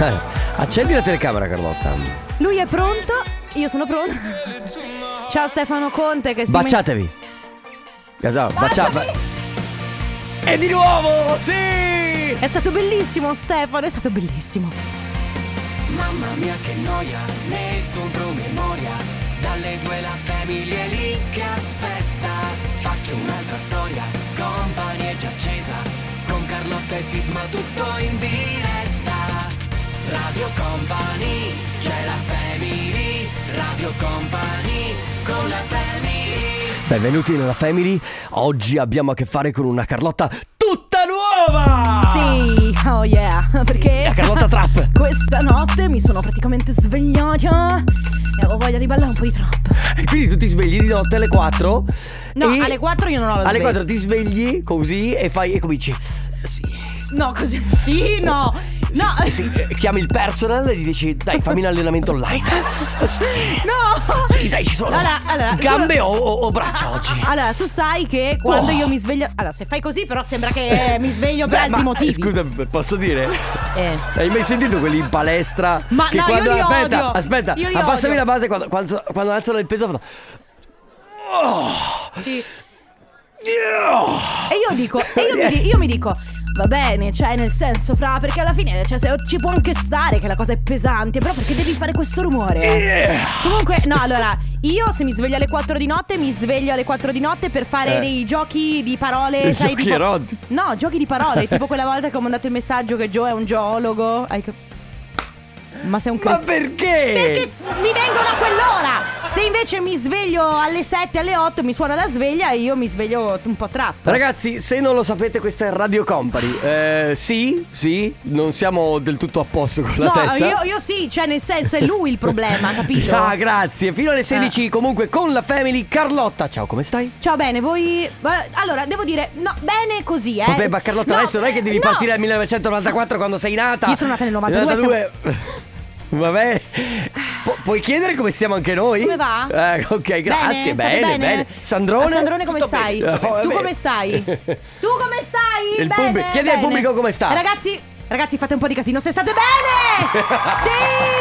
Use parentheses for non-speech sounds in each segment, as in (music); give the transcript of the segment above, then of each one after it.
Eh, Accendi la telecamera, Carlotta. Lui è pronto, io sono pronta. Ciao Stefano Conte che si Baciatevi. Ah, Esatto, bacia- ba- E di nuovo, sì! met- È stato bellissimo Stefano, è stato bellissimo. Mamma mia che noia, metto un promemoria Dalle due la famiglia è lì che aspetta Faccio un'altra storia, company è già accesa Con Carlotta e Sisma tutto in diretta Radio Company, c'è la family Radio Company, con la family Benvenuti nella Family. Oggi abbiamo a che fare con una Carlotta tutta nuova! Sì, oh yeah, perché La Carlotta Trap. questa notte mi sono praticamente svegliata e avevo voglia di ballare un po' di trap. Quindi tu ti svegli di notte alle 4? No, e- alle 4 io non ho la Alle sveglia. 4 ti svegli così e fai e cominci. Sì. No, così sì, no. No. (laughs) Sì, sì, eh, chiami il personal e gli dici dai fammi un allenamento online. (laughs) Sì. No. Sì, dai, ci sono. Allora, allora, Gambe tu- Ah, o, o- o braccia oggi? Allora, tu sai che quando Oh. io mi sveglio. Allora, se fai così, però sembra che eh, mi sveglio per Beh, altri ma, motivi. Scusa, posso dire? Eh. Hai mai sentito quelli in palestra? Ma che no, io quando li aspetta, odio. aspetta, Io li abbassami odio. la base quando, quando, quando alzano il peso fanno. Sì. Yeah! E io dico, e io mi, di- io mi dico, va bene, cioè nel senso, fra, perché alla fine cioè, se- ci può anche stare che la cosa è pesante, però perché devi fare questo rumore? Yeah! Comunque, no, allora, io se mi sveglio alle 4 di notte, mi sveglio alle 4 di notte per fare Eh. dei giochi di parole, sai, Giochi tipo- erotici. No, giochi di (laughs) parole, tipo quella volta che ho mandato il messaggio che Joe è un geologo. Hai cap- Ma sei un Ma cretino. perché? Perché mi vengono a quell'ora. Se invece mi sveglio alle 7, alle 8, mi suona la sveglia e io mi sveglio un po' trappa. Ragazzi, se non lo sapete, questa è Radio Company. Eh, sì, sì, non siamo del tutto a posto con la No, testa. io, io sì, cioè nel senso è lui il problema, capito? (laughs) Eh. Ah, grazie. Fino alle 16 comunque con la Family Carlotta. Ciao, come stai? Ciao, bene, voi... ma- Allora, devo dire, no, bene così, eh. Vabbè, ma Carlotta, No, eh, adesso non è che devi no. partire dal 1994 quando sei nata. Io sono nata nel 92, 92. Vabbè. Pu- puoi chiedere come stiamo anche noi? Come va? Eh, ok, grazie. Bene, state bene. Sandrone? Ah, Sandrone come Tutto stai? bene. Oh, tu vabbè. come (laughs) stai? tu come stai? Il Bene, pubblico- chiedi al bene. pubblico come sta. Ragazzi, ragazzi, fate un po' di casino se state (laughs) bene! sì!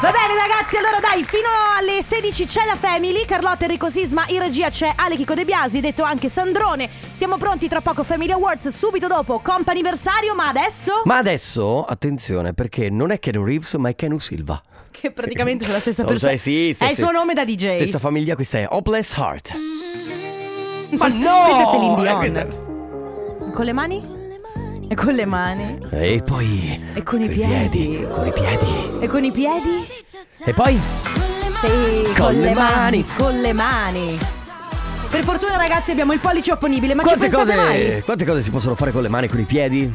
Va bene ragazzi, allora dai, fino alle 16 c'è la Family, Carlotta Enrico Sisma, in regia c'è Ale Chico De Biasi, detto anche Sandrone. Siamo pronti tra poco Family Awards, subito dopo comp'anniversario, ma adesso Ma adesso, attenzione, perché non è Keanu Reeves, ma è Keanu Silva. che praticamente è la (laughs) stessa Lo persona. sai, sì, è il stesse- suo nome da DJ. Stessa famiglia, questa è Hopeless Heart. Ma no! Questa è Celine Dion. Eh, questa- Con le mani? E con le mani? E poi... E con i coi piedi. Con i piedi. E con i piedi? E poi... Sì, con, Con le le mani, mani. con le mani. Per fortuna ragazzi abbiamo il pollice opponibile, ma quante ci pensate cose, mai? quante cose si possono fare con le mani, con i piedi?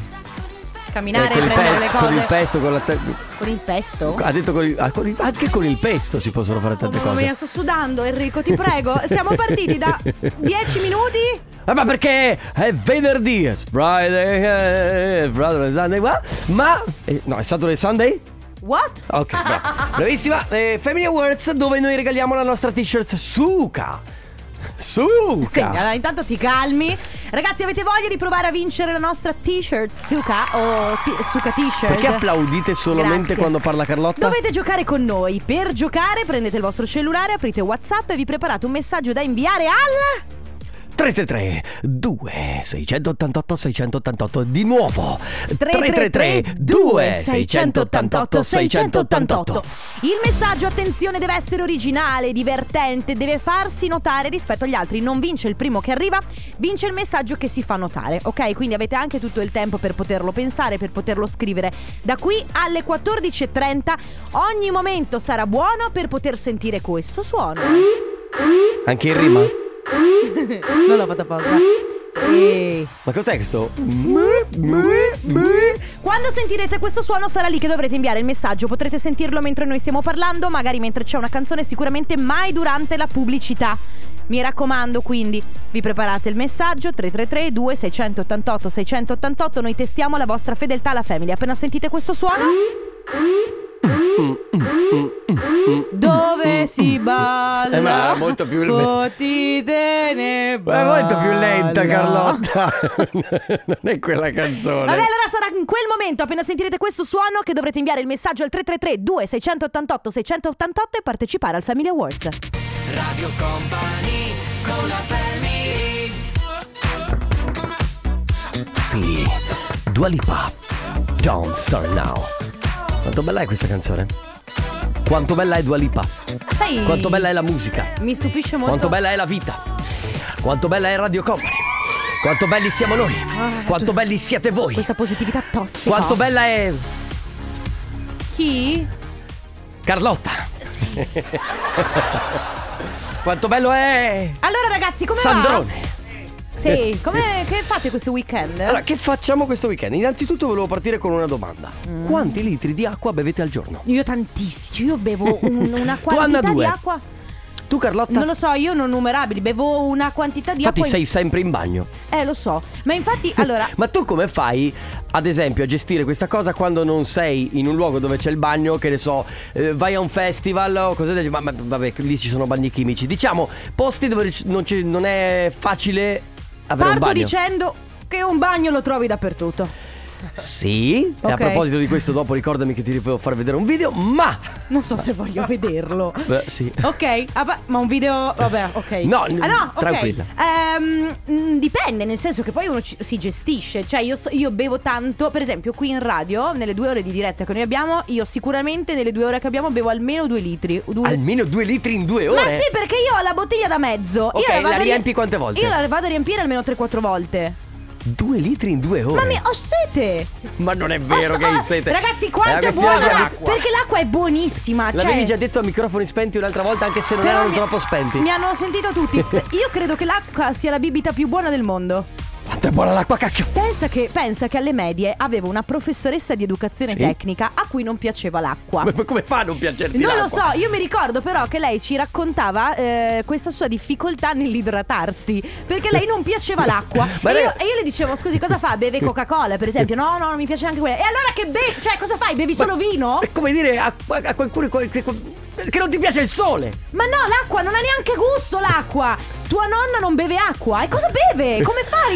Camminare, Eh, con, il prendere pe- le con il cose. pesto, con la te- Con il pesto? ha detto con il- ah, con il- anche con il pesto si possono fare tante Mamma mia, cose. sto sudando Enrico, ti prego. Siamo partiti da 10 minuti. Eh, ma perché è venerdì, è Friday, eh, è Friday, Sunday, qua. Ma eh, no, è Saturday Sunday? What? Ok, bravo. (laughs) bravissima. Eh, Family Awards dove noi regaliamo la nostra t-shirt Suka. Suka. Sì, allora intanto ti calmi. Ragazzi, avete voglia di provare a vincere la nostra t-shirt Suka o t- Suka t-shirt? Perché applaudite solamente Grazie. quando parla Carlotta? Dovete giocare con noi. Per giocare prendete il vostro cellulare, aprite WhatsApp e vi preparate un messaggio da inviare al 333 2 688 688 di nuovo 333 2 688 688 Il messaggio, attenzione, deve essere originale, divertente, deve farsi notare rispetto agli altri. Non vince il primo che arriva, vince il messaggio che si fa notare, ok? Quindi avete anche tutto il tempo per poterlo pensare, per poterlo scrivere. Da qui alle 14.30 ogni momento sarà buono per poter sentire questo suono. Anche in rima Non l'ho fatta apposta. Sì. Ma cos'è questo? Quando sentirete questo suono sarà lì che dovrete inviare il messaggio. Potrete sentirlo mentre noi stiamo parlando, magari mentre c'è una canzone, sicuramente mai durante la pubblicità. Mi raccomando, quindi vi preparate il messaggio 333 2688 688. Noi testiamo la vostra fedeltà alla famiglia. Appena sentite questo suono Dove si Eh, ma balla? era molto più- Quotidiane Ma È molto più balla. lenta, Carlotta. (laughs) non è quella canzone. Vabbè, allora sarà in quel momento, appena sentirete questo suono, che dovrete inviare il messaggio al 333-2688-688 e partecipare al Family Awards. Radio Company con la family Sì, Dua Lipa, Don't Start Now. Quanto bella è questa canzone? Quanto bella è Dua Lipa? Sai, Quanto bella è la musica? Mi stupisce molto. Quanto bella è la vita? Quanto bella è Radio Company? Quanto belli siamo noi? Quanto belli siete voi? Questa positività tossica. Quanto bella è Chi? Carlotta? Quanto bello è Allora ragazzi, come va? Sandrone? Sì, come che fate questo weekend? Allora, che facciamo questo weekend? Innanzitutto volevo partire con una domanda. Mm. Quanti litri di acqua bevete al giorno? Io tantissimo, io bevo (laughs) un- una Tu, Anna, quantità di due. acqua. Tu Carlotta? Non lo so, io non numerabili, bevo una quantità di Infatti acqua. sei sempre in bagno. Eh, lo so. Ma infatti, allora, (laughs) Ma tu come fai, ad esempio, a gestire questa cosa quando non sei in un luogo dove c'è il bagno, che ne so, eh, vai a un festival o cose del genere? Ma, ma- vabbè, lì ci sono bagni chimici. Diciamo, posti dove c- non, c'è- non è facile avere un parto bagno. dicendo che un bagno lo trovi dappertutto. Sì, e a Ok. proposito di questo dopo ricordami che ti devo far vedere un video, (laughs) ma... Non so se voglio (laughs) vederlo. Beh, sì. Ok, ah, beh, ma un video. Vabbè, ok. No, Ah, ok. tranquilla. Ehm, mh, dipende, nel senso che poi uno ci- si gestisce. Cioè, io, so- io bevo tanto. Per esempio, qui in radio, nelle due ore di diretta che noi abbiamo, io sicuramente nelle due ore che abbiamo bevo almeno due litri. Due... Almeno due litri in due ore. ma sì, perché io ho la bottiglia da mezzo. Ok, io la vado a ri- riempi quante volte? Io la vado a riempire almeno 3-4 volte. Due litri in due ore. Ma mi- ho sete. Ma non è vero Ho- che hai ho- sete. Eh, Ragazzi, È quanto una è questione buona di l'acqua. acqua. Perché l'acqua è buonissima. L'avevi cioè... già detto a microfoni spenti un'altra volta, anche se non Però erano mi- troppo spenti. Mi hanno sentito (laughs) tutti. Io credo che l'acqua sia la bibita più buona del mondo. Quanto è buona l'acqua, cacchio! Pensa che, pensa che alle medie avevo una professoressa di educazione Sì. tecnica a cui non piaceva l'acqua. Ma come fa a non piacerti Ah. Non lo l'acqua? so, io mi ricordo però che lei ci raccontava eh, questa sua difficoltà nell'idratarsi perché lei non piaceva l'acqua. (laughs) Ma e, lei- io, e io le dicevo, scusi, cosa fa? Beve Coca-Cola, per esempio? No, no, non mi piace anche quella. E allora che bevi? Cioè, cosa fai? Bevi solo vino? È come dire a, a qualcuno che, che- che non ti piace il sole. Ma no, l'acqua non ha neanche gusto l'acqua. Tua nonna non beve acqua. E cosa beve? Come fa ad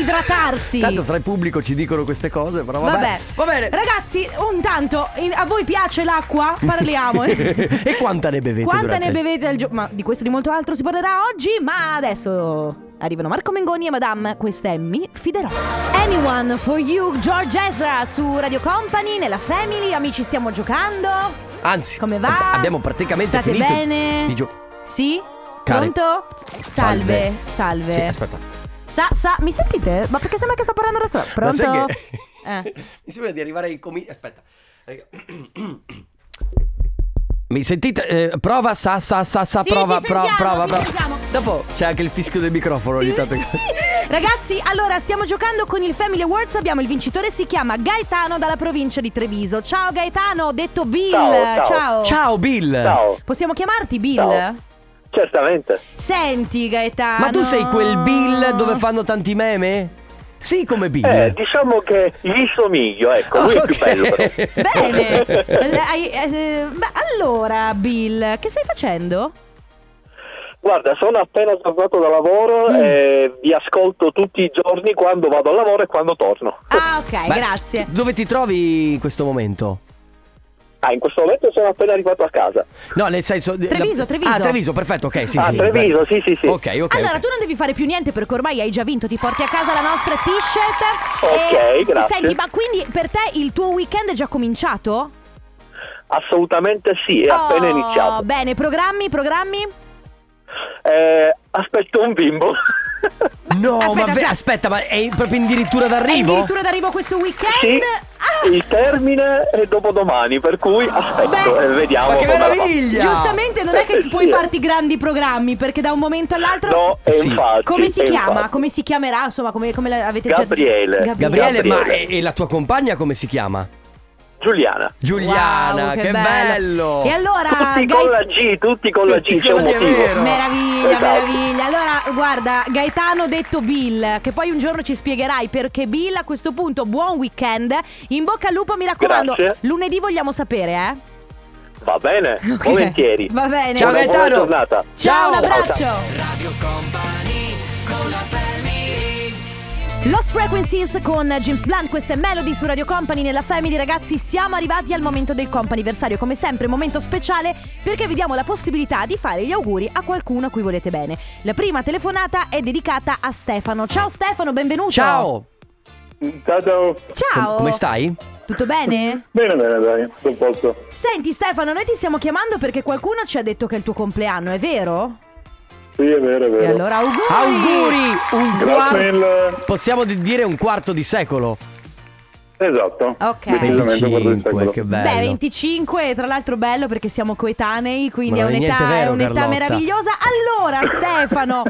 (laughs) idratarsi? Tanto fra il pubblico ci dicono queste cose, però vabbè. Vabbè. Va bene. Ragazzi, un tanto in- a voi piace l'acqua? (laughs) Parliamo. (laughs) (laughs) e quanta ne bevete? Quanta durante ne il- bevete al giorno? Ma di questo e di molto altro si parlerà oggi, ma adesso arrivano Marco Mengoni e Madame, questa è Mi fiderò. Anyone for you, George Ezra su Radio Company, nella Family, amici stiamo giocando. Anzi, Come va? abbiamo praticamente State finito bene? di gio- Sì? Care. Pronto? Salve, salve. Sì, aspetta. Sa, sa, mi sentite? Ma perché sembra che sto parlando da sola? Ma Pronto? sai che- (laughs) Eh. Mi sembra di arrivare ai comi... Aspetta. (clears throat) Raga. Mi sentite? Eh, prova, sa, sa, sa, sa, Sì, prova, ti pro- sentiamo, prova, ti prova. sentiamo. Dopo c'è anche il fischio del microfono ogni tanto. (laughs) Ragazzi, allora stiamo giocando con il Family Awards. Abbiamo il vincitore, si chiama Gaetano dalla provincia di Treviso. Ciao Gaetano, detto Bill. Ciao, ciao. Oh. Ciao Bill! Ciao, Possiamo chiamarti Bill? Ciao. certamente. Senti Gaetano. Ma tu sei quel Bill dove fanno tanti meme? Sì, come Bill. Eh, diciamo che gli somiglio, ecco, lui è più Ok. bello però. (laughs) Bene. Eh, hai- eh, beh, allora Bill, che stai facendo? Guarda, sono appena tornato da lavoro e vi ascolto tutti i giorni quando vado al lavoro e quando torno. Ah, ok, Beh, grazie. Dove ti trovi in questo momento? Ah, in questo momento sono appena arrivato a casa. No, nel senso. Treviso, la- Treviso. Ah, Treviso, perfetto, ok. Sì, Sì, sì, sì. ah, sì. Treviso, sì, sì, sì. Ok, ok. allora, ok. tu non devi fare più niente perché ormai hai già vinto, ti porti a casa la nostra t-shirt. Ok, E- grazie. Senti, ma quindi per te il tuo weekend è già cominciato? Assolutamente sì, è appena Oh, iniziato. Bene, programmi, programmi? Eh, aspetto un bimbo. No, Aspetta, ma beh, aspetta. aspetta, ma è proprio addirittura d'arrivo? È addirittura d'arrivo questo weekend? sì, Ah, il termine è dopodomani, per cui aspetto Beh, e vediamo ma che come la fa. meraviglia! Ah, giustamente non è che (laughs) Sì. puoi farti grandi programmi perché da un momento all'altro... No, ah, e Sì. infatti. Come si e chiama? infatti. Come si chiamerà? Insomma, come, come la- avete Gabriele. già Gabriele, Gabriele. ma e, e la tua compagna come si chiama? Giuliana. Giuliana, Wow, che, bello! E allora, Tutti Gai- con la G, tutti con la Tutti G, c'è un con- è vero. motivo. Meraviglia, Esatto. meraviglia. Allora, guarda, Gaetano detto Bill, che poi un giorno ci spiegherai perché Bill a questo punto buon weekend. In bocca al lupo, mi raccomando. Grazie. Lunedì vogliamo sapere, eh? Va bene, (laughs) Ok. volentieri. Va bene. Ciao, Buona- buona Gaetano. giornata. Ciao, un Ciao. abbraccio. Radio Company con la family Lost Frequencies con James Blunt, questa è Melody su Radio Company nella Family ragazzi siamo arrivati al momento del comp'anniversario come sempre momento speciale perché vi diamo la possibilità di fare gli auguri a qualcuno a cui volete bene la prima telefonata è dedicata a Stefano ciao Stefano benvenuto Ciao. Ciao, ciao. ciao Com- come stai? tutto bene? Bene, bene, dai, tutto a posto. senti Stefano noi ti stiamo chiamando perché qualcuno ci ha detto che è il tuo compleanno è vero? Sì, è vero, è vero. e allora auguri Auguri! Un Grazie quarto. mille. Possiamo di- dire un quarto di secolo. Esatto. Ok. Decisamente un quarto di 25, secolo. che Beh, bello. 25, tra l'altro bello perché siamo coetanei, Ma quindi è non è un'età, niente vero, è un'età Carlotta. meravigliosa. Allora, (laughs) Stefano,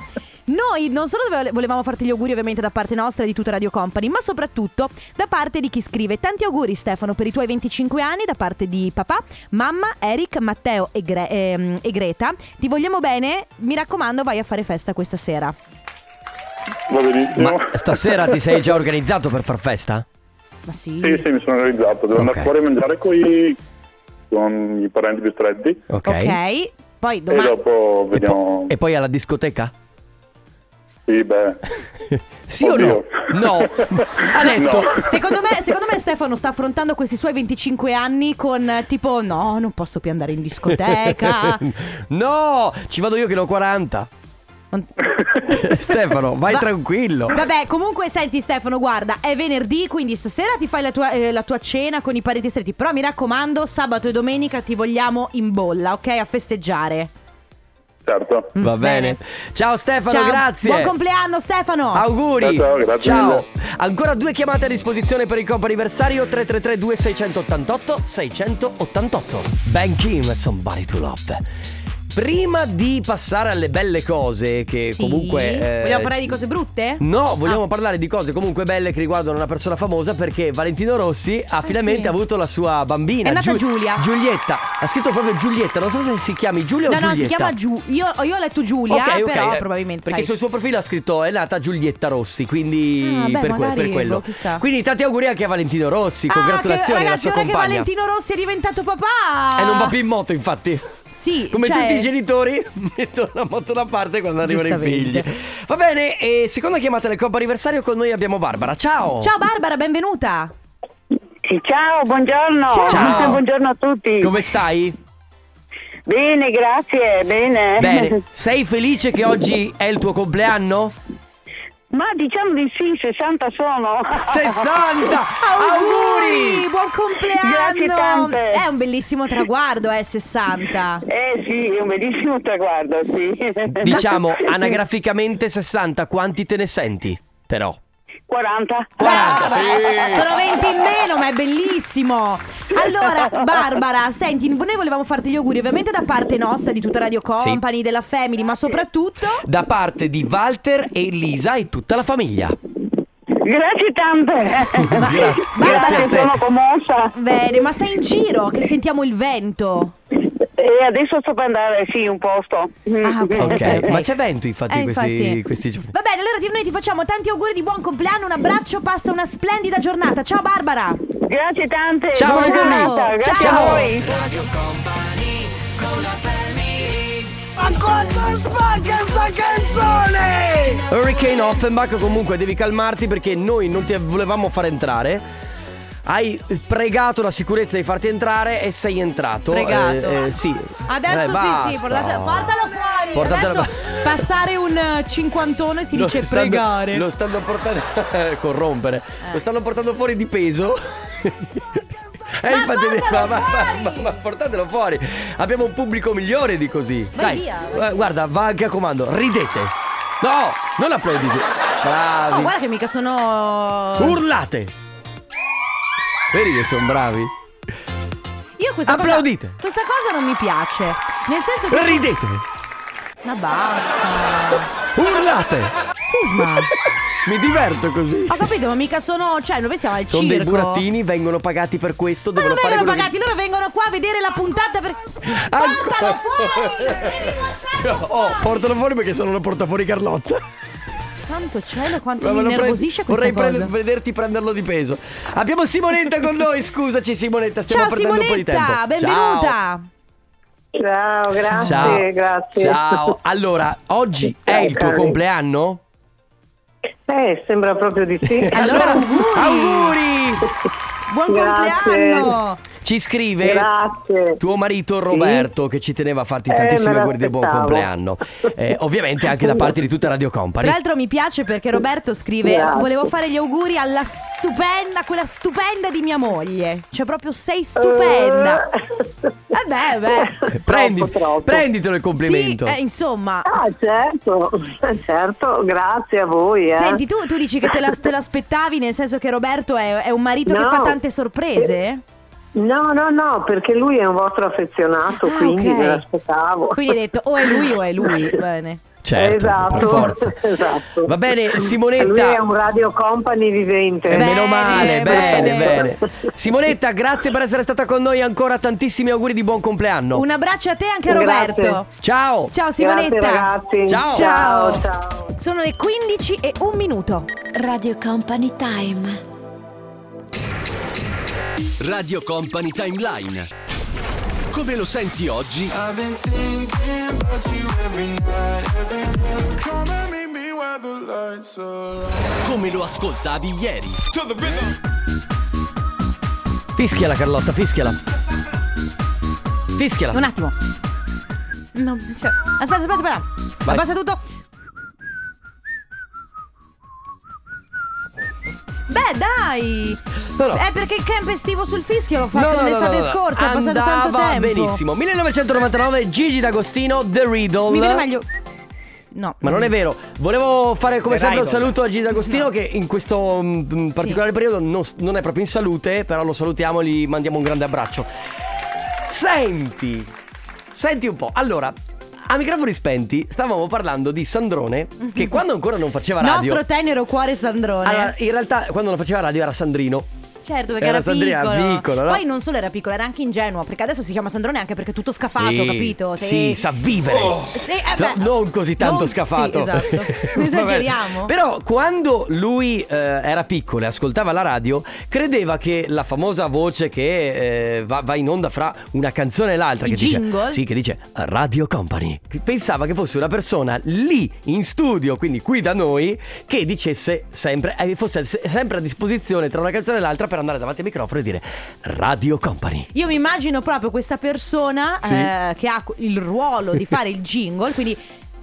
noi non solo dove- volevamo farti gli auguri ovviamente da parte nostra e di tutta Radio Company, ma soprattutto da parte di chi scrive. Tanti auguri Stefano per i tuoi 25 anni da parte di papà, mamma, Eric, Matteo e, Gre- ehm, e Greta. Ti vogliamo bene, mi raccomando vai a fare festa questa sera. Va benissimo. Ma stasera ti sei già organizzato per far festa? Ma sì. (laughs) Sì, sì, mi sono realizzato. Devo andare Ok. fuori a mangiare con i, con i parenti più stretti. Ok. ok. Poi E domani... dopo E, po- vediamo. e poi alla discoteca? Sì, beh. Sì o Oddio. no? (laughs) No. Ha detto. No. Secondo me, secondo me Stefano sta affrontando questi suoi 25 anni con eh, tipo no, non posso più andare in discoteca. (laughs) no, ci vado io che ne ho 40. Non- (laughs) Stefano, vai Va- tranquillo. Vabbè, comunque senti Stefano, guarda, è venerdì, quindi stasera ti fai la tua, eh, la tua cena con i parenti stretti, però mi raccomando, sabato e domenica ti vogliamo in bolla, ok? A festeggiare. Mm, Certo. Va bene. Ciao Stefano, Ciao. grazie. Buon compleanno Stefano. Auguri. Ciao, ciao, grazie Ciao. mille. Ancora due chiamate a disposizione per il compo anniversario 333 2688 688. Ben Kim, somebody to love. Prima di passare alle belle cose che Sì. comunque eh, Vogliamo parlare di cose brutte? No, vogliamo Ah. parlare di cose comunque belle che riguardano una persona famosa perché Valentino Rossi ha finalmente Ah, sì. avuto la sua bambina. È nata Giulia. Giulietta. Ha scritto proprio Giulietta, non so se si chiami Giulia No, o Giulietta. no, si chiama Giù. Io, io ho letto Giulia, Ok, ok, però eh, probabilmente Perché sai. sul suo profilo ha scritto è nata Giulietta Rossi, quindi Ah, beh, per, que- magari, per quello. boh, chissà. Quindi tanti auguri anche a Valentino Rossi, congratulazioni ah, che, alla ragazzi, sua ora compagna. che Valentino Rossi è diventato papà. E non va più in moto, infatti. Sì, Come cioè- tutti i genitori (laughs) mettono la moto da parte quando arrivano i figli. Giustamente. Va bene, e seconda chiamata del Coppa Anniversario con noi abbiamo Barbara. Ciao! Ciao Barbara, benvenuta. Sì, ciao, buongiorno. Ciao. Dico Buongiorno a tutti. Come stai? Bene, grazie, bene. Bene. Sei felice che oggi è il tuo compleanno? Ma diciamo di sì, 60 sono. 60! Auguri! Buon Grazie compleanno! tante. È un bellissimo traguardo, eh, 60. (laughs) Eh sì, è un bellissimo traguardo, sì. (laughs) Diciamo anagraficamente 60, quanti te ne senti? Però. 40. 40, Brava, (laughs) eh. Sono 20 in meno, ma è bellissimo. Allora, Barbara, senti, noi volevamo farti gli auguri ovviamente da parte nostra, di tutta Radio Company, della Family, ma soprattutto Da parte di Walter e Elisa e tutta la famiglia. Grazie (laughs) tante. Gra- grazie a te. sono commossa. Bene, ma sei in giro che sentiamo il vento. E adesso sto per andare, sì, un posto. Ah, ok. Ok, (laughs) ma c'è vento, infatti, Eh, infatti, questi- sì. questi giorni. Va bene, allora ti- noi ti facciamo tanti auguri di buon compleanno, un abbraccio, passa una splendida giornata. Ciao Barbara! Grazie tante. Ciao, buona ciao. giornata. Grazie Ciao. a voi. Hurricane Offenbach, comunque devi calmarti perché noi non ti volevamo far entrare. Hai pregato la sicurezza di farti entrare e sei entrato. Pregato. Eh, eh, sì. Adesso Eh, sì, basta. sì, portate- portalo fuori. Portatelo Adesso passare un eh, cinquantone si Lo dice stanno- pregare. Oh, Eh. Lo stanno portando. (laughs) corrompere. Lo stanno portando fuori di peso. Eh, Ma ma, portatelo ma- fuori! ma- ma portatelo fuori. Abbiamo un pubblico migliore di così. Vai Dai, via, eh, guarda, va anche a comando. Ridete. No, non applaudite. Bravi. Oh, guarda che mica sono. Urlate. Vedi che sono bravi. Io questa Applaudite. cosa. Questa cosa non mi piace. Nel senso che. Ridete. Ma basta. Urlate. Sisma. Mi diverto così. Ho capito, ma mica sono. Cioè, noi siamo al Sono circo. dei burattini, vengono pagati per questo. Ma non Devono fare vengono quello che- pagati, loro vengono qua a vedere la puntata per. Portalo Ancora. fuori! Devi portarlo (laughs) Oh, fuori! portalo fuori perché se no lo porta fuori Carlotta. Santo cielo, quanto Ma me mi lo pre- nervosisce questa vorrei cosa. prendere- vederti prenderlo di peso. Abbiamo Simonetta con noi, scusaci Simonetta, stiamo Ciao perdendo un po' di tempo. Simonetta, benvenuta. Ciao. Ciao, grazie, Ciao. grazie. Ciao. Allora, oggi è Ciao, il tuo cari. compleanno? Eh, sembra proprio di sì. Allora, auguri. auguri! Buon Grazie. compleanno! Ci scrive grazie. Eh, tuo marito Roberto che ci teneva a farti tantissimi me auguri di buon l'aspettavo. compleanno. Eh, ovviamente anche da parte di tutta Radio Company. Tra l'altro mi piace perché Roberto scrive Grazie. Volevo fare gli auguri alla stupenda, quella stupenda di mia moglie Cioè proprio sei stupenda Eh beh, beh. Troppo, Prendi- troppo. prenditelo il complimento. Sì, eh, insomma Ah, certo, certo, grazie a voi. eh. Senti, tu, tu dici che te, la- te l'aspettavi nel senso che Roberto è, è un marito che No. Eh, fa tante sorprese? No, no, no, perché lui è un vostro affezionato, Ah, quindi ok. me l'aspettavo. Quindi hai detto o è lui o è (laughs) lui Bene Certo, esatto, per forza. (laughs) esatto. Va bene, Lui Simonetta. è un radio company vivente. Eh, meno Bene, male, bene, bene. bene. Simonetta, grazie per essere stata con noi ancora. Tantissimi auguri di buon compleanno. Un abbraccio a te anche a Grazie. Roberto Ciao. Ciao Grazie Simonetta ragazzi. Ciao. Ciao, ciao. Sono le 15 e un minuto Radio Company Time. Radio Company Timeline. Come lo senti oggi? Come lo ascoltavi ieri? Fischiala Carlotta, fischiala. Fischiala. Un attimo. No, cioè, aspetta, aspetta, aspetta. Vai. Abbassa tutto. Beh, dai! No, no. È perché il camp estivo sul fischio l'ho No, fatto no, no, l'estate no, no. Eh, scorsa, è passato tanto Andava tempo. benissimo. 1999, Gigi D'Agostino, The Riddle. Mi viene meglio. No. Ma non è vero, volevo fare come The sempre un Riddle. saluto a Gigi D'Agostino che in questo mm, mm, particolare periodo non, s- non è proprio in salute, però lo salutiamo e gli mandiamo un grande abbraccio. Senti, senti un po', allora, a microfoni spenti stavamo parlando di Sandrone che quando ancora non faceva radio... Mhm. Nostro eh. tenero cuore Sandrone. Allora, in realtà quando non faceva radio era Sandrino. certo, perché era era, Sandrina, piccolo. piccolo, no? Poi non solo era piccolo, era anche ingenuo, perché adesso si chiama Sandrone anche perché è tutto scafato, Sì, capito? Sì, sa vivere. Sì, eh beh. No, non così tanto Non- scafato. (laughs) sì, esatto. Non Vabbè. esageriamo. Però quando lui eh, era piccolo e ascoltava la radio, credeva che la famosa voce che eh, va, va in onda fra una canzone e l'altra, I che dice, jingle? sì, che dice Radio Company, pensava che fosse una persona lì in studio, quindi qui da noi, che dicesse sempre, eh, fosse se- sempre a disposizione tra una canzone e l'altra per andare davanti al microfono e dire Radio Company. Io mi immagino proprio questa persona Sì. eh, che ha il ruolo di fare il jingle, quindi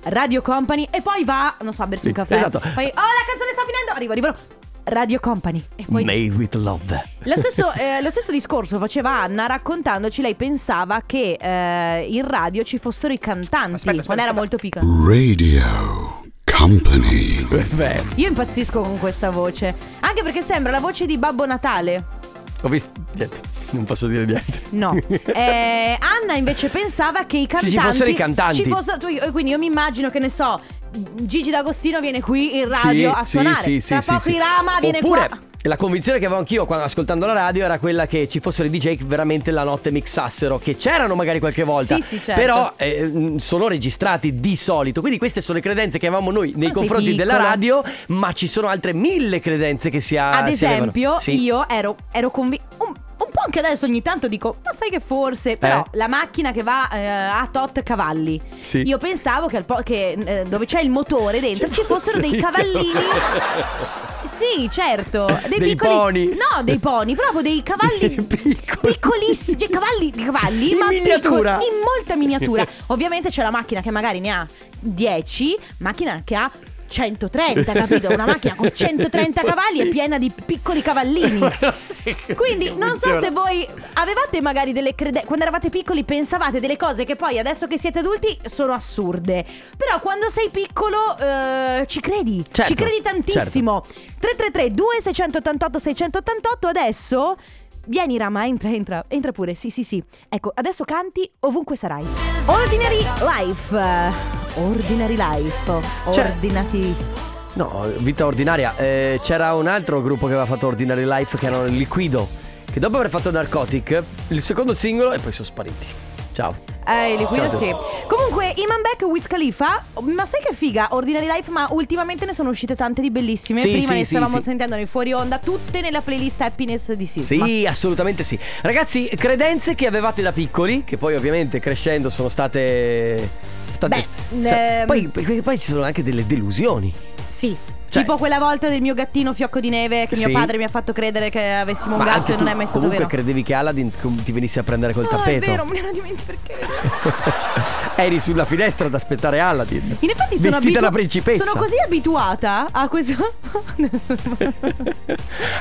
Radio Company, e poi va, non so, a bersi un Sì, caffè. esatto. Poi, oh, la canzone sta finendo! Arrivo, arrivo. Radio Company. E poi. Made with love. Lo stesso, eh, lo stesso discorso faceva Anna raccontandoci, lei pensava che eh, in radio ci fossero i cantanti Aspetta, aspetta, quando era aspetta. molto piccola. Radio Company. Beh, Io impazzisco con questa voce, anche perché sembra la voce di Babbo Natale. ho visto... Niente, non posso dire niente. (laughs) No, Eh, Anna invece pensava che Ci- i cantanti ci fossero i cantanti. ci fosse- tu- io- quindi io mi immagino che ne so, Gigi D'Agostino viene qui in radio Sì, a sì, suonare. sì, sì, Tra sì, poco sì. Irama viene Oppure, qua. La convinzione che avevo anch'io quando ascoltando la radio era quella che ci fossero i DJ che veramente la notte mixassero, che c'erano magari qualche volta, Sì, sì, certo. però eh, mh, sono registrati di solito. Quindi queste sono le credenze che avevamo noi nei sei confronti piccolo. della radio, ma ci sono altre mille credenze che si ha. Ad si avevano. esempio, Sì. io ero, ero convinta. Un, un po' anche adesso ogni tanto dico, ma sai che forse. Però Eh? la macchina che va eh, a tot cavalli. Sì. Io pensavo che, al po- che, eh, dove c'è il motore dentro ci fossero (laughs) dei cavallini. Sì, certo. Dei, Dei piccoli. poni. No, dei poni, proprio dei cavalli Piccoli. piccolissimi. Cioè, cavalli, cavalli In ma miniatura. piccoli, in molta miniatura. (laughs) Ovviamente c'è la macchina che magari ne ha 10, macchina che ha 130, capito? Una macchina (laughs) con 130 cavalli è piena di piccoli cavallini. Quindi non so se voi avevate magari delle credenze quando eravate piccoli pensavate delle cose che poi adesso che siete adulti sono assurde. Però quando sei piccolo eh, ci credi, Certo, ci credi tantissimo. 333 2688 688 adesso Vieni Rama, entra, entra, entra pure, sì sì sì Ecco, adesso canti ovunque sarai Ordinary Life Ordinary Life Cioè- Ordinati No, vita ordinaria. Eh, c'era un altro gruppo che aveva fatto Ordinary Life che erano il Liquido. Che dopo aver fatto Narcotic, il secondo singolo e poi sono spariti. Ciao. Eh, il liquido Certo. sì. Comunque, Iman Beck e Wiz Khalifa, ma sai che figa, Ordinary Life, ma ultimamente ne sono uscite tante di bellissime. Sì, Prima sì, ne sì, stavamo sì. sentendo nei fuori onda, tutte nella playlist Happiness di Sisma. Sì, assolutamente sì. Ragazzi, credenze che avevate da piccoli, che poi ovviamente crescendo sono state... sono state- Beh, sa- ehm. poi, perché poi ci sono anche delle delusioni. Sì. Cioè- tipo quella volta del mio gattino fiocco di neve che Sì. mio padre mi ha fatto credere che avessimo un Ma gatto anche e non tu è mai stato comunque vero. credevi che Aladdin com- ti venisse a prendere col no, tappeto. è vero, me ne ero dimenticato. (laughs) Eri sulla finestra ad aspettare Aladdin. (laughs) In effetti sono Vestita abitu- da principessa. Sono così abituata a questo. (laughs)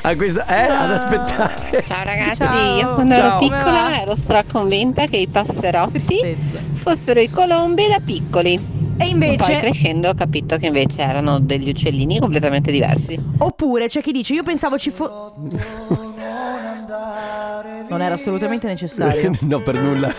a questa, eh, ad aspettare. Ciao ragazzi, Ciao. io quando Ciao. ero Come va? piccola ero straconvinta che i passerotti Tristezza. fossero i colombi da piccoli. E Poi invece, crescendo ho capito che invece erano degli uccellini completamente diversi. oppure c'è chi dice: Io pensavo ci fosse. Non era assolutamente necessario. (laughs) no, per nulla.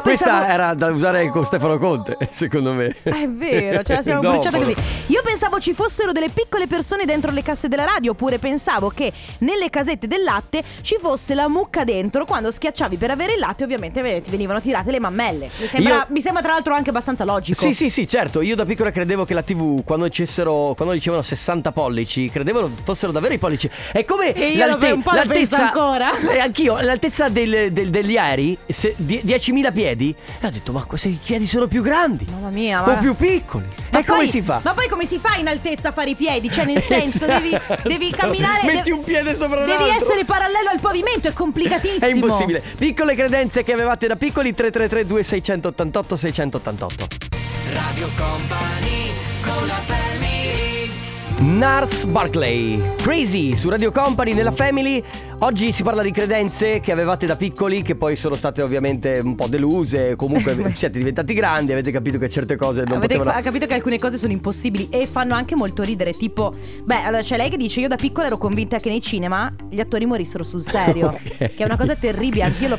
Questa pensavo. Ah, era da usare con Stefano Conte, secondo me. (laughs) È vero, ce la siamo Dopo. bruciata così. Io pensavo ci fossero delle piccole persone dentro le casse della radio, oppure pensavo che nelle casette del latte ci fosse la mucca dentro. Quando schiacciavi per avere il latte, ovviamente ve- ti venivano tirate le mammelle. Mi sembra, Io- mi sembra tra l'altro anche abbastanza logico. Sì, sì, sì, certo. Io da piccola credevo che la TV, quando dicessero, quando dicevano 60 pollici, credevo fossero davvero i pollici. È come E io l'alte- vabbè, un po' la penso ancora. (laughs) Eh, anch'io, l'altezza del- del- degli aerei, se- die- 10.000 piedi. E ho detto, ma se i piedi sono più grandi? Mamma mia, O ma- più piccoli? Ma e come poi- si fa? Ma poi come si fa in altezza a fare i piedi? Cioè, (laughs) nel senso, devi, Esatto. (laughs) devi camminare. Metti de- un piede sopra Devi l'altro. essere parallelo al pavimento, è complicatissimo. È impossibile. Piccole credenze che avevate da piccoli 333 2688 688. Nars Barclay, Crazy su Radio Company nella Family. Oggi si parla di credenze che avevate da piccoli, che poi sono state ovviamente un po' deluse. (laughs) Comunque siete diventati grandi, avete capito che certe cose non Avete potevano. ha capito che alcune cose sono impossibili e fanno anche molto ridere. Tipo, beh, allora c'è lei che dice: Io da piccola ero convinta che nei cinema gli attori morissero sul serio. (laughs) Ok. Che è una cosa terribile, anch'io lo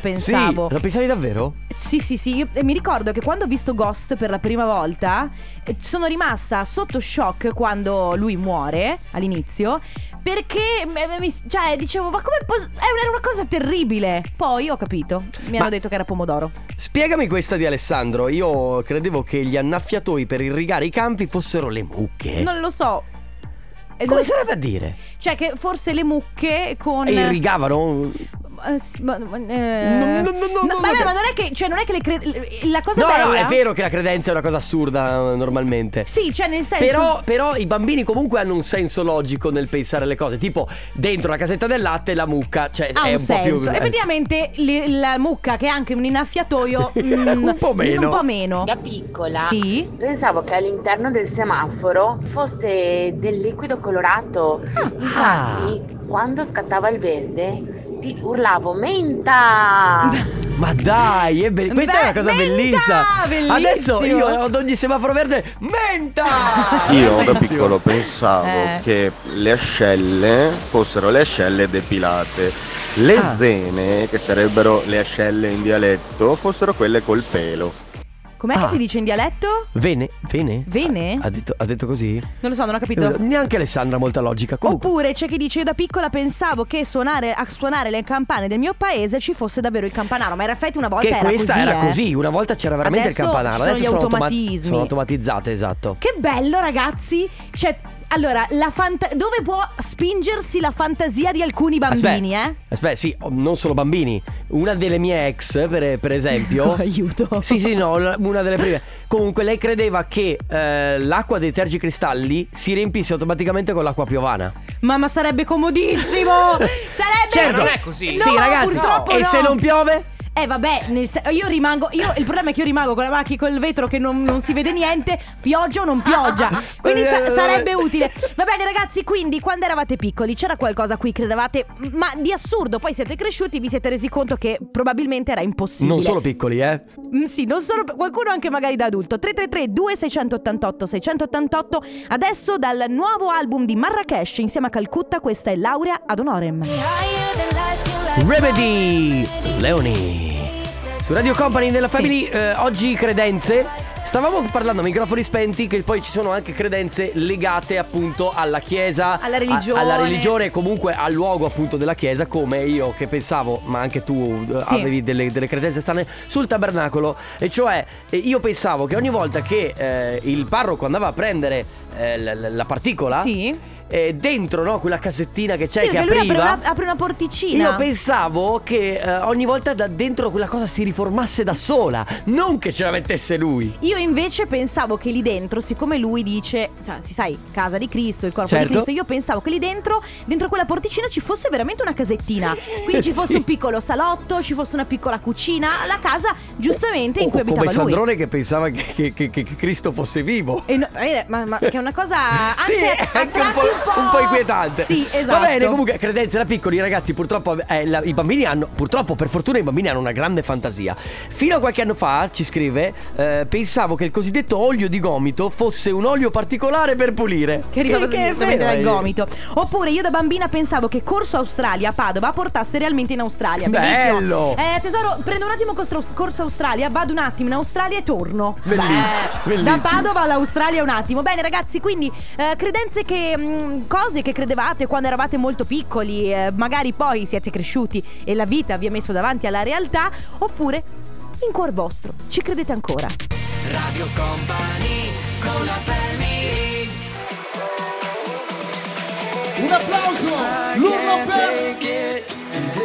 (laughs) pensavo. Sì, lo pensavi davvero? Sì, sì, sì. Io- e mi ricordo che quando ho visto Ghost per la prima volta, eh, sono rimasta sotto shock quando lui muore all'inizio. Perché m- mi- cioè, dicevo, ma come pos- eh, era una cosa terribile. Poi ho capito. Mi Ma- hanno detto che era pomodoro. Spiegami questa di Alessandro. Io credevo che gli annaffiatoi per irrigare i campi fossero le mucche. Non lo so. E Eh. Come non- sarebbe a dire? Cioè, che forse le mucche con. E irrigavano? Eh, sì, ma, ma- eh, No, no, no, no, no, vabbè, no. ma non è che. Cioè, non è che le cre- La cosa No, bella. no, è vero che la credenza è una cosa assurda eh, normalmente. Sì, cioè, nel senso. Però, però i bambini comunque hanno un senso logico nel pensare alle cose. Tipo, dentro la casetta del latte la mucca, cioè è ha un, un, po' senso. più. Effettivamente le- la mucca, che è anche (laughs) un innaffiatoio, mm, Un po' meno. Un po' meno. Da piccola Sì. pensavo che all'interno del semaforo fosse del liquido colorato. Ah, Infatti, quando scattava il verde, ti urlavo menta! Ma dai, è be- questa è una Beh, cosa menta! bellissima. Bellissimo. Adesso io ad ogni semaforo verde, menta! Io da Bellissimo. piccolo pensavo Eh. che le ascelle fossero le ascelle depilate, le Ah. zene, che sarebbero le ascelle in dialetto, fossero quelle col pelo. Com'è Ah. che si dice in dialetto? Vene, vene? Vene? Ha detto, ha detto così? Eh, Non lo so, non ho capito. Oh, Neanche Alessandra ha molta logica. Comunque, Oppure c'è chi dice: Io da piccola pensavo che suonare, a suonare le campane del mio paese ci fosse davvero il campanaro. Ma in effetti una volta che era questa così. era eh. così, una volta c'era veramente Adesso il campanaro, ci sono adesso gli sono, automa- automatismi. sono automatizzate, esatto. Che bello, ragazzi! Cioè, allora, la fanta- dove può spingersi la fantasia di alcuni bambini, aspetta, eh? Aspetta, sì, oh, non solo bambini. Una delle mie ex, per, per esempio. (laughs) Aiuto. Sì, sì, no, la- una delle prime. Comunque, lei credeva che eh, l'acqua dei tergicristalli si riempisse automaticamente con l'acqua piovana. Ma, ma (laughs) sarebbe comodissimo! sarebbe certo, non è così. sì, ragazzi. purtroppo e no. se non piove? Eh vabbè, nel se- io rimango, io, il problema è che io rimango con la macchina, col vetro che non, non si vede niente, pioggia o non (laughs) pioggia, Eh, quindi sa- sarebbe utile. Va bene ragazzi, quindi quando eravate piccoli c'era qualcosa a cui credevate, ma di assurdo, poi siete cresciuti, vi siete resi conto che probabilmente era impossibile. Non solo piccoli, eh. Mm, sì, non solo qualcuno anche magari da adulto. 333 2688 688. Adesso dal nuovo album di Marrakesh insieme a Calcutta, questa è Laurea ad honorem. Remedy Leoni. Su Radio Company nella Family, eh, oggi credenze. Stavamo parlando a microfoni spenti che poi ci sono anche credenze legate appunto alla chiesa, Alla a- religione. alla religione e comunque al luogo appunto della chiesa, come io che pensavo, ma anche tu eh, Sì. avevi delle, delle credenze strane sul tabernacolo. E cioè eh, io pensavo che ogni volta che eh, il parroco andava a prendere eh, l- l- la particola, Sì. eh, dentro no, quella cassettina che c'è sì, Cioè che perché lui apriva, apre una, apre una porticina. io pensavo che eh, ogni volta da dentro quella cosa si riformasse da sola, non che ce la mettesse lui. Io invece pensavo che lì dentro, siccome lui dice, cioè, si sai, casa di Cristo, il corpo Certo. di Cristo, io pensavo che lì dentro, dentro quella porticina ci fosse veramente una casettina. Quindi ci (laughs) fosse Sì. un piccolo salotto, ci fosse una piccola cucina, la casa giustamente in cui O abitava Oh, come lui. Sandrone che pensava che, che- che- che Cristo fosse vivo. E no- eh, ma, ma che è una cosa Eh, anche, (laughs) sì, a- a anche un, po', tratti un po'- un po' inquietante. Sì, esatto. Va bene, comunque, credenze da piccoli, ragazzi, purtroppo eh, la- i bambini hanno, purtroppo per fortuna i bambini hanno una grande fantasia. Fino a qualche anno fa, ci scrive, eh, pensavo che il cosiddetto olio di gomito fosse un olio particolare per pulire. Che arrivava Eh, che è direttamente vero, dal eh. gomito. Oppure io da bambina pensavo che Corso Australia a Padova portasse realmente in Australia. Bellissimo. Bello. Eh, tesoro, prendo un attimo Corso, Corso Australia, vado un attimo in Australia e torno. Bellissimo, Beh, bellissimo. Da Padova all'Australia un attimo. Bene, ragazzi, quindi eh, credenze che. mh, cose che credevate quando eravate molto piccoli, eh, magari poi siete cresciuti e la vita vi ha messo davanti alla realtà, oppure in cuor vostro ci credete ancora. Radio Company con la family Un applauso! L'uno per...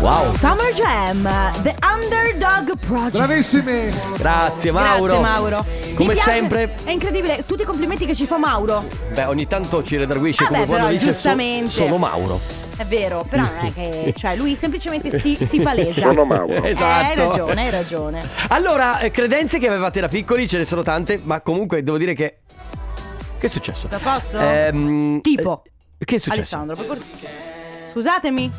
Wow. Summer Jam, The Underdog Project. Bravissimi! Grazie Mauro. Grazie Mauro. Come Mi piace- sempre, È incredibile, tutti i complimenti che ci fa Mauro. beh, ogni tanto ci redarguisce Ah, come beh, quando però, dice "So- giustamente." sono Mauro. È vero, però non è (laughs) che. Cioè, lui semplicemente si, si palesa. Sono (laughs) Mauro. Eh, hai Esatto. ragione, hai ragione. Allora, eh, credenze che avevate da piccoli, ce ne sono tante, ma comunque devo dire che che è successo? La posso? Ehm, Tipo? eh, che è successo? (laughs) Mm. Alessandro, per cor- Scusatemi.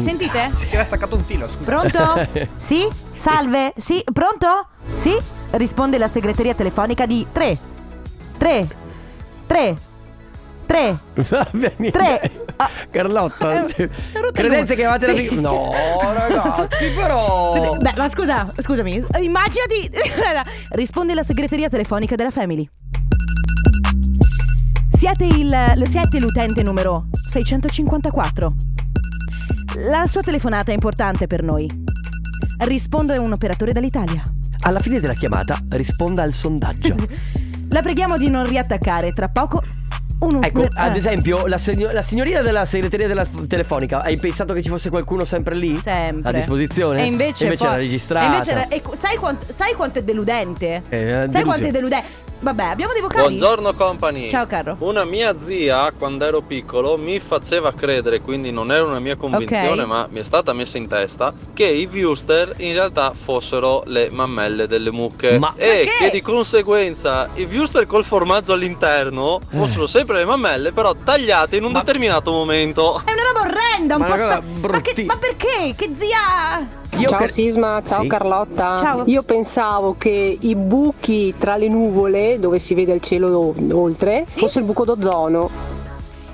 (laughs) sentite? Si era staccato un filo, scusa. Pronto? Sì? Salve? Sì? Pronto? Sì? Risponde la segreteria telefonica di 3 3 3 3 Vabbè, niente. Tre. Ah. Carlotta, Eh, credenze che avevate da Sì. piccoli? (laughs) No, ragazzi, però Beh, ma scusa, scusami, immaginati. (laughs) Risponde la segreteria telefonica della Family. Siete, il, siete l'utente numero 654. La sua telefonata è importante per noi. Rispondo è un operatore dall'Italia. alla fine della chiamata risponda al (laughs) sondaggio. La preghiamo di non riattaccare. Tra poco. Un, Ecco, un- ad eh. esempio, la, signo- la signorina della segreteria della telefonica, hai pensato che ci fosse qualcuno sempre lì? Sempre. A disposizione? E invece, poi- era registrata. e invece era- e co- sai, quanto, sai quanto è deludente? Eh, sai delusione. quanto è deludente? Vabbè, abbiamo dei vocali. Buongiorno company. Ciao, caro. Una mia zia quando ero piccolo mi faceva credere, quindi non era una mia convinzione, Ok. ma mi è stata messa in testa che i viewster in realtà fossero le mammelle delle mucche Ma- e Ma che? che di conseguenza i viewster col formaggio all'interno Eh. fossero sempre le mammelle, però tagliate in un determinato momento. È una roba orrenda, un Ma po' una cosa spa- ma, che- ma perché? Che zia! ciao Sisma, ciao Sì. Carlotta. Ciao. Io pensavo che i buchi tra le nuvole, dove si vede il cielo oltre, fosse il buco d'ozono.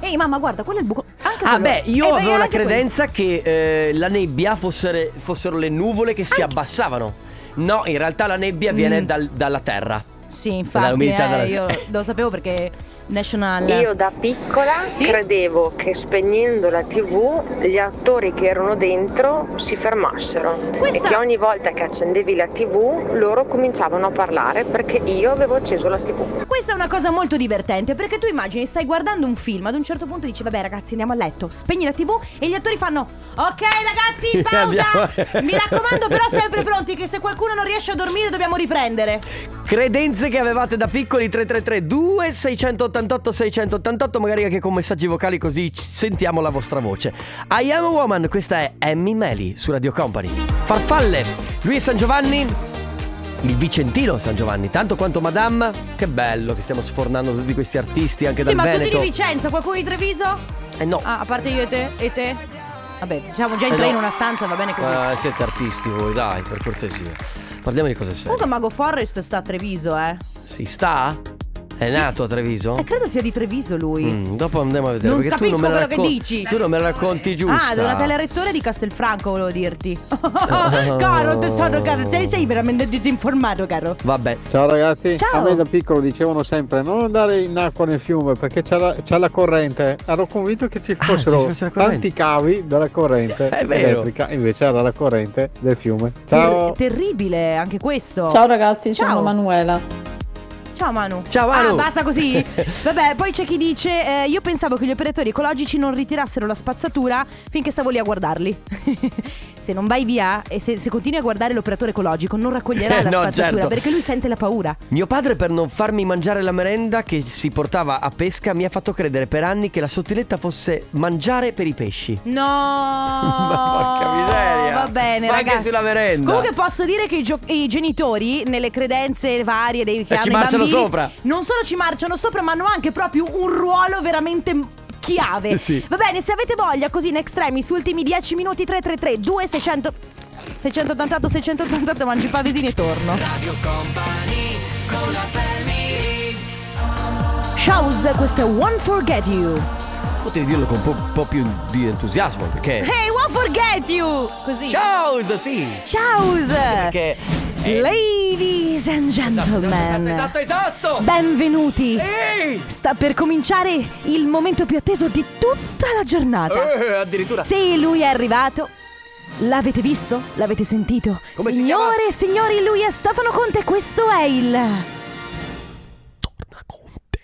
Ehi mamma, guarda, quello è il buco. Anche Ah quello- beh, io Eh, beh, avevo la anche quello. credenza che eh, la nebbia fossero, fossero le nuvole che si abbassavano. No, in realtà la nebbia Mm. viene dal- dalla terra. Sì, infatti, Dall'umidità eh, dalla- io lo sapevo perché National. Io da piccola credevo che spegnendo la tv gli attori che erano dentro si fermassero Questa- e che ogni volta che accendevi la tv loro cominciavano a parlare perché io avevo acceso la tv. Questa è una cosa molto divertente perché tu immagini, stai guardando un film, ad un certo punto dici vabbè ragazzi andiamo a letto, spegni la tv e gli attori fanno ok ragazzi pausa, (laughs) Andiamo. mi (laughs) raccomando però sempre pronti che se qualcuno non riesce a dormire dobbiamo riprendere. Credenze che avevate da piccoli 333 2688 688 magari anche con messaggi vocali così ci- sentiamo la vostra voce. I am a woman, questa è Emmy Meli su Radio Company. Farfalle, lui è San Giovanni, il Vicentino San Giovanni, tanto quanto Madame. Che bello che stiamo sfornando tutti questi artisti anche sì dal ma Veneto. tutti di Vicenza, qualcuno di Treviso? Eh no. Ah, a parte io e te? E te? Vabbè diciamo già in Eh tre no. in una stanza va bene così. Ah, siete artisti voi, dai, per cortesia. Parliamo di cose serie. Comunque Mago Forrest sta a Treviso eh. Si sta? È nato a Treviso? Eh, credo sia di Treviso lui. Mm, dopo andiamo a vedere Non perché tu non capisco me la quello che raccon- dici. Tu non me la racconti giusta. Ah, Donatella Rettore di Castelfranco (laughs) volevo dirti. caro tesoro, caro, te sei veramente disinformato, caro. Vabbè. Ciao ragazzi, a Ciao. me da piccolo dicevano sempre non andare in acqua nel fiume perché c'è la, c'è la corrente. Ero convinto che Ah, ci fossero fosse la corrente. tanti cavi dalla corrente (laughs) È vero. elettrica, invece era la corrente del fiume. Ciao. Ter- terribile anche questo. Ciao ragazzi, Ciao. sono Manuela. Ciao Manu. Ciao, Manu. Ah, (laughs) basta così? Vabbè, poi c'è chi dice eh, io pensavo che gli operatori ecologici non ritirassero la spazzatura finché stavo lì a guardarli. (laughs) se non vai via e se, se continui a guardare l'operatore ecologico non raccoglierà (laughs) Eh, la no, spazzatura certo. perché lui sente la paura. Mio padre per non farmi mangiare la merenda che si portava a pesca mi ha fatto credere per anni che la sottiletta fosse mangiare per i pesci. (laughs) No! Ma porca miseria. Va bene, Ma anche ragazzi. sulla merenda. Comunque posso dire che i, gio- i genitori nelle credenze varie dei Eh, ci che hanno i marciano bambini sopra. non solo ci marciano sopra, ma hanno anche proprio un ruolo veramente m- chiave. Eh, Sì. Va bene, se avete voglia così in extremis ultimi 10 minuti 333 2600 688 688 mangi i pavesini e torno. Shows, questo è One Forget You. Potevi dirlo con un po', un po' più di entusiasmo perché... Hey, One Forget You! Così. Ciao, sì! Ciao! Perché... eh, Ladies and gentlemen, Esatto, esatto! benvenuti. Sta per cominciare il momento più atteso di tutta la giornata. Eh, addirittura... Sì, lui è arrivato. L'avete visto? L'avete sentito? Come si Signore e signori, lui è Stefano Conte, questo è il. Torna Conte.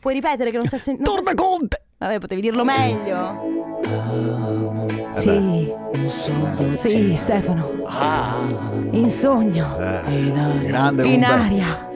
Puoi ripetere che non sta sentendo. Torna Conte! Vabbè, potevi dirlo meglio. Sì. Sì, Stefano. In sogno. Grande in Umbe. aria.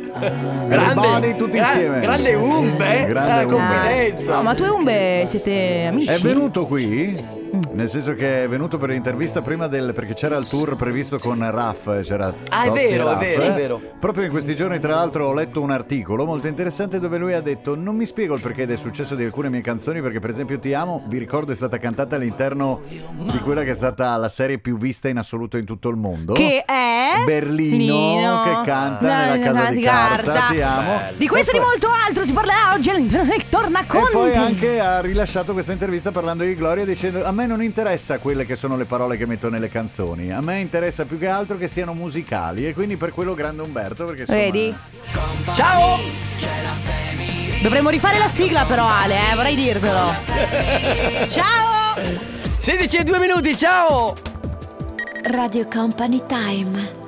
Everybody, tutti gra- insieme. grande Umbe, eh. Grande Umbe. No, ma tu e Umbe siete amici. È venuto qui? Nel senso che è venuto per l'intervista prima del. perché c'era il tour previsto con Raff. C'era Ah, è Tozzi e vero, è Raff. vero, è vero. Proprio in questi giorni, tra l'altro, ho letto un articolo molto interessante dove lui ha detto: Non mi spiego il perché del successo di alcune mie canzoni, perché, per esempio, Ti amo, vi ricordo, è stata cantata all'interno di quella che è stata la serie più vista in assoluto in tutto il mondo. Che è Berlino, Nino. che canta No, nella no, casa di carta. Ti amo. Di questo e di E poi- molto altro si parlerà oggi all'interno del Torna e poi Conte. anche ha rilasciato questa intervista parlando di Gloria dicendo a me non interessa quelle che sono le parole che metto nelle canzoni, a me interessa più che altro che siano musicali e quindi per quello grande Umberto perché insomma, Vedi? Ciao! Dovremmo rifare la sigla però Ale, eh, vorrei dirtelo. Ciao! 16 e 2 minuti, ciao! Radio Company Time.